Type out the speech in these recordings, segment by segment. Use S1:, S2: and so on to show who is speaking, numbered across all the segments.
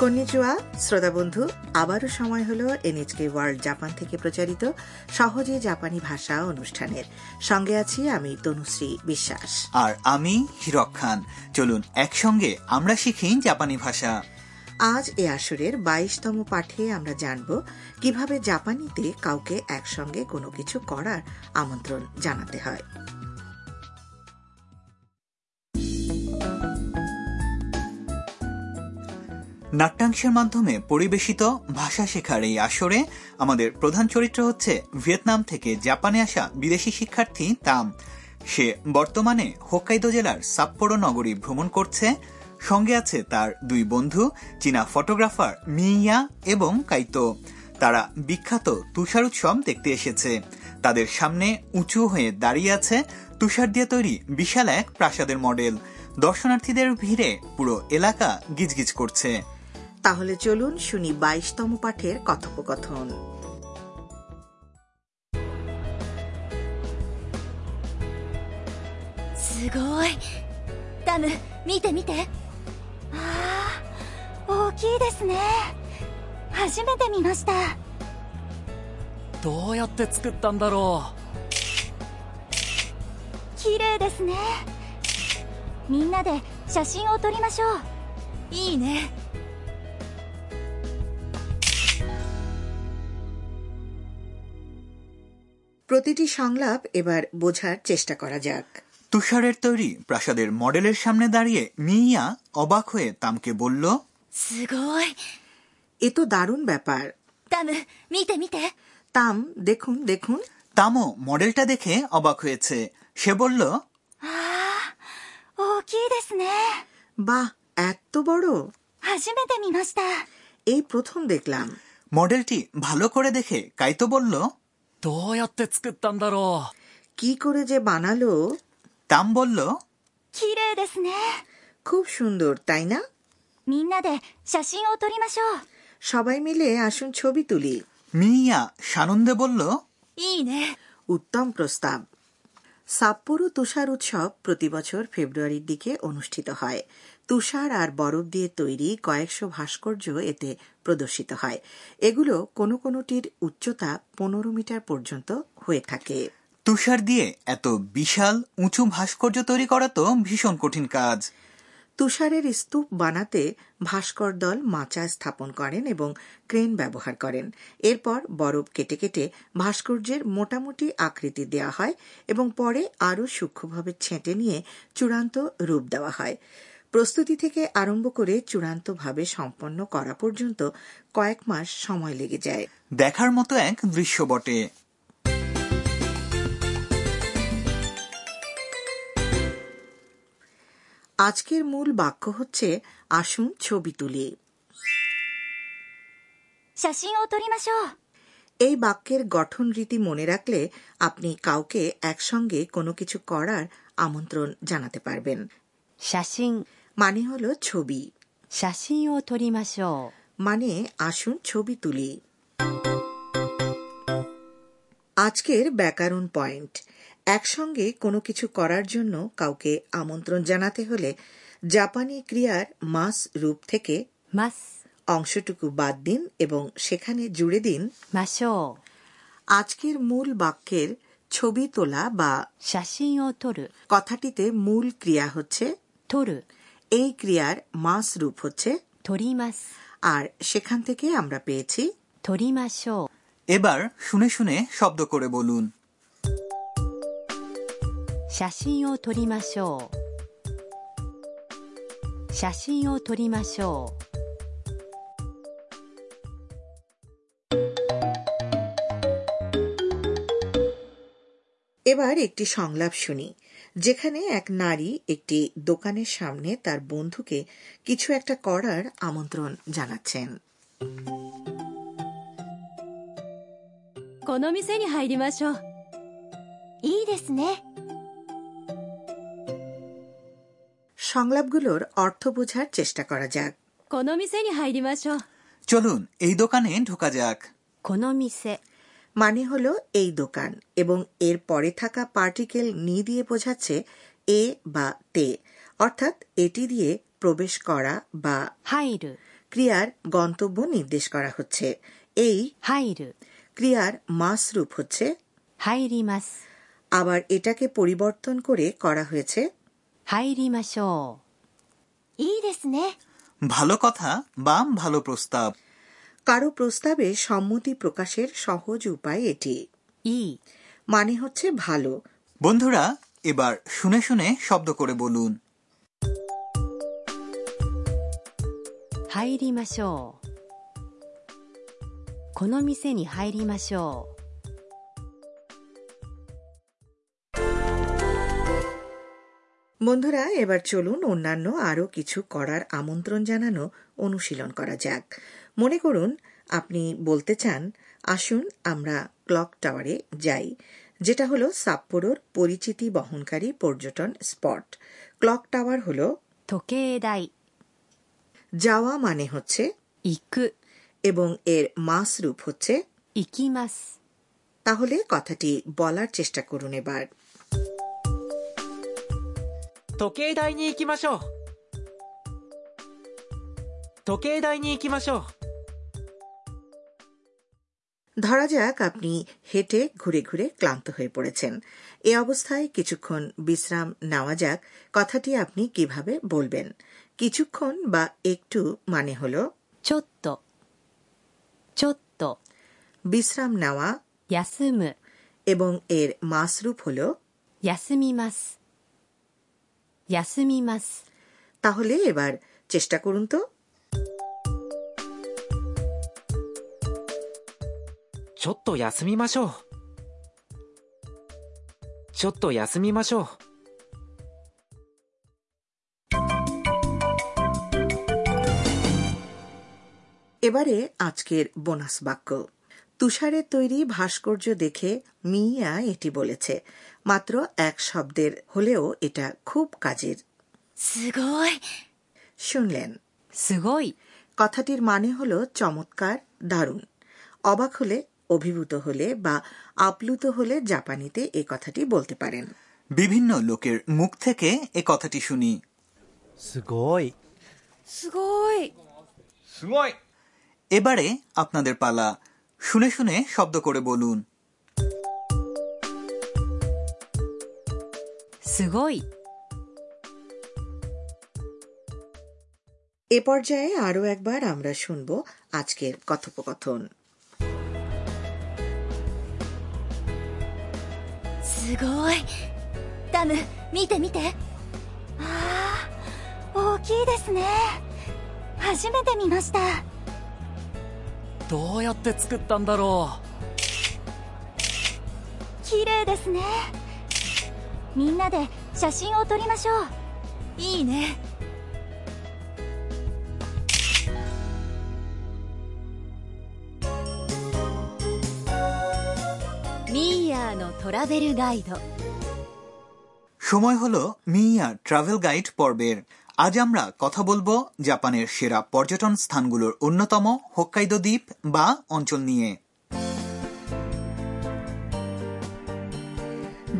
S1: কন্নিচুয়া শ্রোতা বন্ধু আবারও সময় হলো এনএচকে ওয়ার্ল্ড জাপান থেকে প্রচারিত সহজে জাপানি ভাষা অনুষ্ঠানের সঙ্গে আছি আমি তনুশ্রী বিশ্বাস
S2: আর আমি হিরক খান চলুন একসঙ্গে আমরা শিখি জাপানি ভাষা
S1: আজ এ আসরের বাইশতম পাঠে আমরা জানব কিভাবে জাপানিতে কাউকে একসঙ্গে কোনো কিছু করার আমন্ত্রণ জানাতে হয়
S2: নাট্যাংশের মাধ্যমে পরিবেশিত ভাষা শেখার এই আসরে আমাদের প্রধান চরিত্র হচ্ছে ভিয়েতনাম থেকে জাপানে আসা বিদেশি শিক্ষার্থী তাম সে বর্তমানে হোক্কাইদো জেলার সাপ্পোরো নগরী ভ্রমণ করছে সঙ্গে আছে তার দুই বন্ধু চীনা ফটোগ্রাফার মিয়া এবং কাইতো তারা বিখ্যাত তুষার উৎসব দেখতে এসেছে তাদের সামনে উঁচু হয়ে দাঁড়িয়ে আছে তুষার দিয়ে তৈরি বিশাল এক প্রাসাদের মডেল দর্শনার্থীদের ভিড়ে পুরো এলাকা গিজগিজ করছে
S1: তাহলে চলুন শুনি বাইশতম পাঠের কথোপকথন
S3: すごいダム見て見てああ大きいですね初めて見ました
S4: どうやって作ったんだろ
S3: 綺麗ですねみんなで写真を撮りましょういいね
S1: প্রতিটি সংলাপ এবার বোঝার চেষ্টা করা যাক
S2: তুষারের তৈরি প্রাসাদের মডেলের সামনে দাঁড়িয়ে মিয়া অবাক হয়ে তামকে বলল
S3: すごい
S1: এ তো দারুণ ব্যাপার
S3: ダム見て見て
S1: তাম দেখুন দেখুন
S2: তামও মডেলটা দেখে অবাক হয়েছে সে বলল
S3: 大きいですね
S1: বাহ এত বড়
S3: 初めて見ました
S1: এই প্রথম দেখলাম
S2: মডেলটি ভালো করে দেখে কাইতো বলল
S4: うどうやって作ったんだろう
S1: কি করে যে বানালো
S2: তাম বলল
S3: 綺麗ですね
S1: খুব সুন্দর তাই না
S3: みんなで写真を撮りましょ
S1: সবাই মিলে আসুন ছবি তুলি
S2: মিয়া সানন্দে বলল
S3: ういいね
S1: উত্তম প্রস্তাব সাপ্পোরো তুষার উৎসব প্রতি বছর ফেব্রুয়ারির দিকে অনুষ্ঠিত হয় তুষার আর বরফ দিয়ে তৈরি কয়েকশো ভাস্কর্য এতে প্রদর্শিত হয় এগুলো কোনো কোনোটির উচ্চতা পনেরো মিটার পর্যন্ত হয়ে থাকে
S2: তুষার দিয়ে এত বিশাল উঁচু ভাস্কর্য তৈরি করা তো ভীষণ কঠিন কাজ
S1: তুষারের স্তূপ বানাতে ভাস্কর দল মাচা স্থাপন করেন এবং ক্রেন ব্যবহার করেন এরপর বরফ কেটে কেটে ভাস্কর্যের মোটামুটি আকৃতি দেওয়া হয় এবং পরে আরও সূক্ষ্মভাবে ছেঁটে নিয়ে চূড়ান্ত রূপ দেওয়া হয় প্রস্তুতি থেকে আরম্ভ করে চূড়ান্তভাবে সম্পন্ন করা পর্যন্ত কয়েক মাস সময় লেগে যায়
S2: দেখার মতো এক দৃশ্য বটে
S1: আজকের মূল বাক্য হচ্ছে আসুন ছবি তুলি
S3: 写真を撮りましょう
S1: এই বাক্যের গঠন রীতি মনে রাখলে আপনি কাউকে একসঙ্গে কোনো কিছু করার আমন্ত্রণ জানাতে পারবেন
S5: 写真
S1: মানে হলো ছবি
S5: 写真を撮りましょ
S1: মানে আসুন ছবি তুলি আজকের ব্যাকরণ পয়েন্ট একসঙ্গে কোনো কিছু করার জন্য কাউকে আমন্ত্রণ জানাতে হলে জাপানি ক্রিয়ার মাস রূপ থেকে
S5: うます、
S1: অংশটুকু বাদ দিন এবং সেখানে জুড়ে দিন
S5: ましょう
S1: আজকের মূল বাক্যের ছবি তোলা বা
S5: 写真を撮る
S1: কথাটিতে মূল ক্রিয়া হচ্ছে
S5: 撮る
S1: এই ক্রিয়ার মাস রূপ হচ্ছে
S5: 撮ります
S1: আর সেখান থেকে আমরা পেয়েছি
S5: 撮りましょ
S2: এবার শুনে শুনে শব্দ করে বলুন
S5: う写真を撮りましょう写真を撮りましょう
S1: এবার একটি সংলাপ শুনি যেখানে এক নারী একটি দোকানের সামনে তার বন্ধুকে কিছু একটা করার আমন্ত্রণ জানাচ্ছেন
S3: この店に入りましょういいですね
S1: সংলাপগুলোর অর্থ বোঝার চেষ্টা করা যাক
S3: この店に入りましょう
S2: চলুন এই দোকানে ঢোকা যাক
S5: この店
S1: মানে হলো এই দোকান এবং এর পরে থাকা পার্টিকেল নি দিয়ে বোঝাচ্ছে এ বা তে অর্থাৎ এটি দিয়ে প্রবেশ করা বা
S5: 入る
S1: ক্রিয়ার গন্তব্য নির্দেশ করা হচ্ছে এই
S5: 入る
S1: ক্রিয়ার মাস রূপ হচ্ছে
S5: 入ります
S1: আবার এটাকে পরিবর্তন করে করা হয়েছে
S5: 入りましょ
S3: いいですね
S2: ভালো কথা বা ভালো প্রস্তাব
S1: কারো প্রস্তাবে সম্মতি প্রকাশের সহজ উপায় এটি
S5: ういい
S1: মানে হচ্ছে ভালো
S2: বন্ধুরা এবার শুনে শুনে শব্দ করে বলুন
S5: 入りましょうこの店に入りましょう
S1: বন্ধুরা এবার চলুন অন্যান্য আরও কিছু করার আমন্ত্রণ জানানো অনুশীলন করা যাক মনে করুন আপনি বলতে চান আসুন আমরা ক্লক টাওয়ারে যাই যেটা হলো সাপ্পোরোর পরিচিতি বহনকারী পর্যটন স্পট ক্লক টাওয়ার হলো
S5: 時計台
S1: যাওয়া মানে হচ্ছে
S5: 行く
S1: এবং এর মাস রূপ হচ্ছে
S5: 行きます
S1: তাহলে কথাটি বলার চেষ্টা করুন এবার
S6: 時計台に行きましょう時計台に行きましょう
S1: ধরা যাক আপনি হেঁটে ঘুরে ঘুরে ক্লান্ত হয়ে পড়েছেন এ অবস্থায় কিছুক্ষণ বিশ্রাম নেওয়া যাক কথাটি আপনি কিভাবে বলবেন কিছুক্ষণ বা একটু মানে হল
S5: ちょっとちょっと
S1: বিশ্রাম নেওয়া
S5: 休む
S1: এবং এর মাসরূপ হল
S5: 休みます休みます
S1: তাহলে এবার চেষ্টা করুন তো
S6: ちょっと休みましょうちょっと休みましょう
S1: এবারে আজকের বোনাস বাক্য তুষারের তৈরি ভাস্কর্য দেখে মিয়া এটি বলেছে মাত্র এক শব্দের হলেও এটা খুব কাজের
S3: すごい
S1: শুনলেন
S5: すごい
S1: কথাটির মানে হল চমৎকার দারুণ অবাক হলে অভিভূত হলে বা আপ্লুত হলে জাপানিতে এ কথাটি বলতে পারেন
S2: বিভিন্ন লোকের মুখ থেকে এ কথাটি শুনি
S6: すごい
S3: すごい
S2: এবারে আপনাদের পালা শুনে শুনে শব্দ করে বলুন
S5: すごい
S1: এ পর্যায়ে আরও একবার আমরা শুনব আজকের কথোপকথন
S3: すごいダム見て見てああ大きいですね初めて見ました
S4: どうやって作ったんだろう
S3: 綺麗ですねみんなで写真を撮りましょういいね
S5: ミーヤーのトラベルガイド
S2: সময় হলো মিয়া ট্রাভেল গাইড পর্বের আজ আমরা কথা বলবো জাপানের সেরা পর্যটন স্থানগুলোর অন্যতম হোক্কাইদো দ্বীপ বা অঞ্চল নিয়ে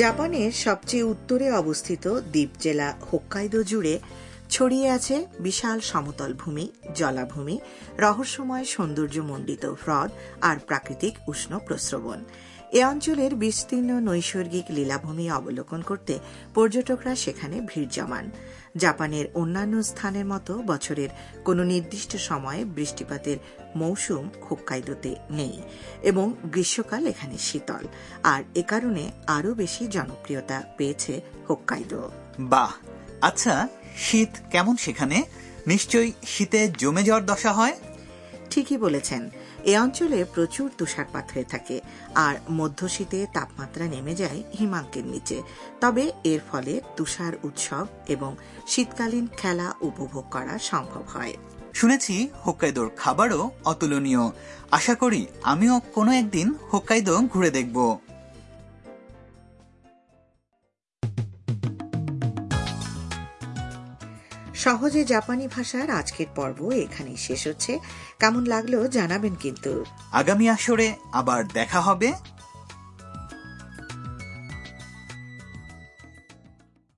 S1: জাপানের সবচেয়ে উত্তরে অবস্থিত দ্বীপ জেলা হোক্কাইদো জুড়ে ছড়িয়ে আছে বিশাল সমতল ভূমি জলাভূমি রহস্যময় সৌন্দর্যমণ্ডিত হ্রদ আর প্রাকৃতিক উষ্ণ প্রস্রবণ এ অঞ্চলের বিস্তীর্ণ নৈসর্গিক লীলাভূমি অবলোকন করতে পর্যটকরা সেখানে ভিড় জমান জাপানের অন্যান্য স্থানের মতো বছরের কোনো নির্দিষ্ট সময়ে বৃষ্টিপাতের মৌসুম হোক্কাইদোতে নেই এবং গ্রীষ্মকাল এখানে শীতল আর এ কারণে আরও বেশি জনপ্রিয়তা পেয়েছে হোক্কাইদো
S2: বাহ আচ্ছা শীত কেমন সেখানে নিশ্চয়ই শীতে জমে যাওয়ার দশা হয়
S1: ঠিকই বলেছেন এ অঞ্চলে প্রচুর তুষারপাত হয়ে থাকে আর মধ্য শীতে তাপমাত্রা নেমে যায় হিমাঙ্কের নিচে তবে এর ফলে তুষার উৎসব এবং শীতকালীন খেলা উপভোগ করা সম্ভব হয়
S2: শুনেছি হোক্কাইদোর খাবারও অতুলনীয় আশা করি আমিও কোনো একদিন হোক্কাইদো ঘুরে দেখব
S1: সহজে জাপানি ভাষার আজকের পর্ব এখানেই শেষ হচ্ছে কেমন লাগলো জানাবেন কিন্তু
S2: আগামী আসরে আবার দেখা হবে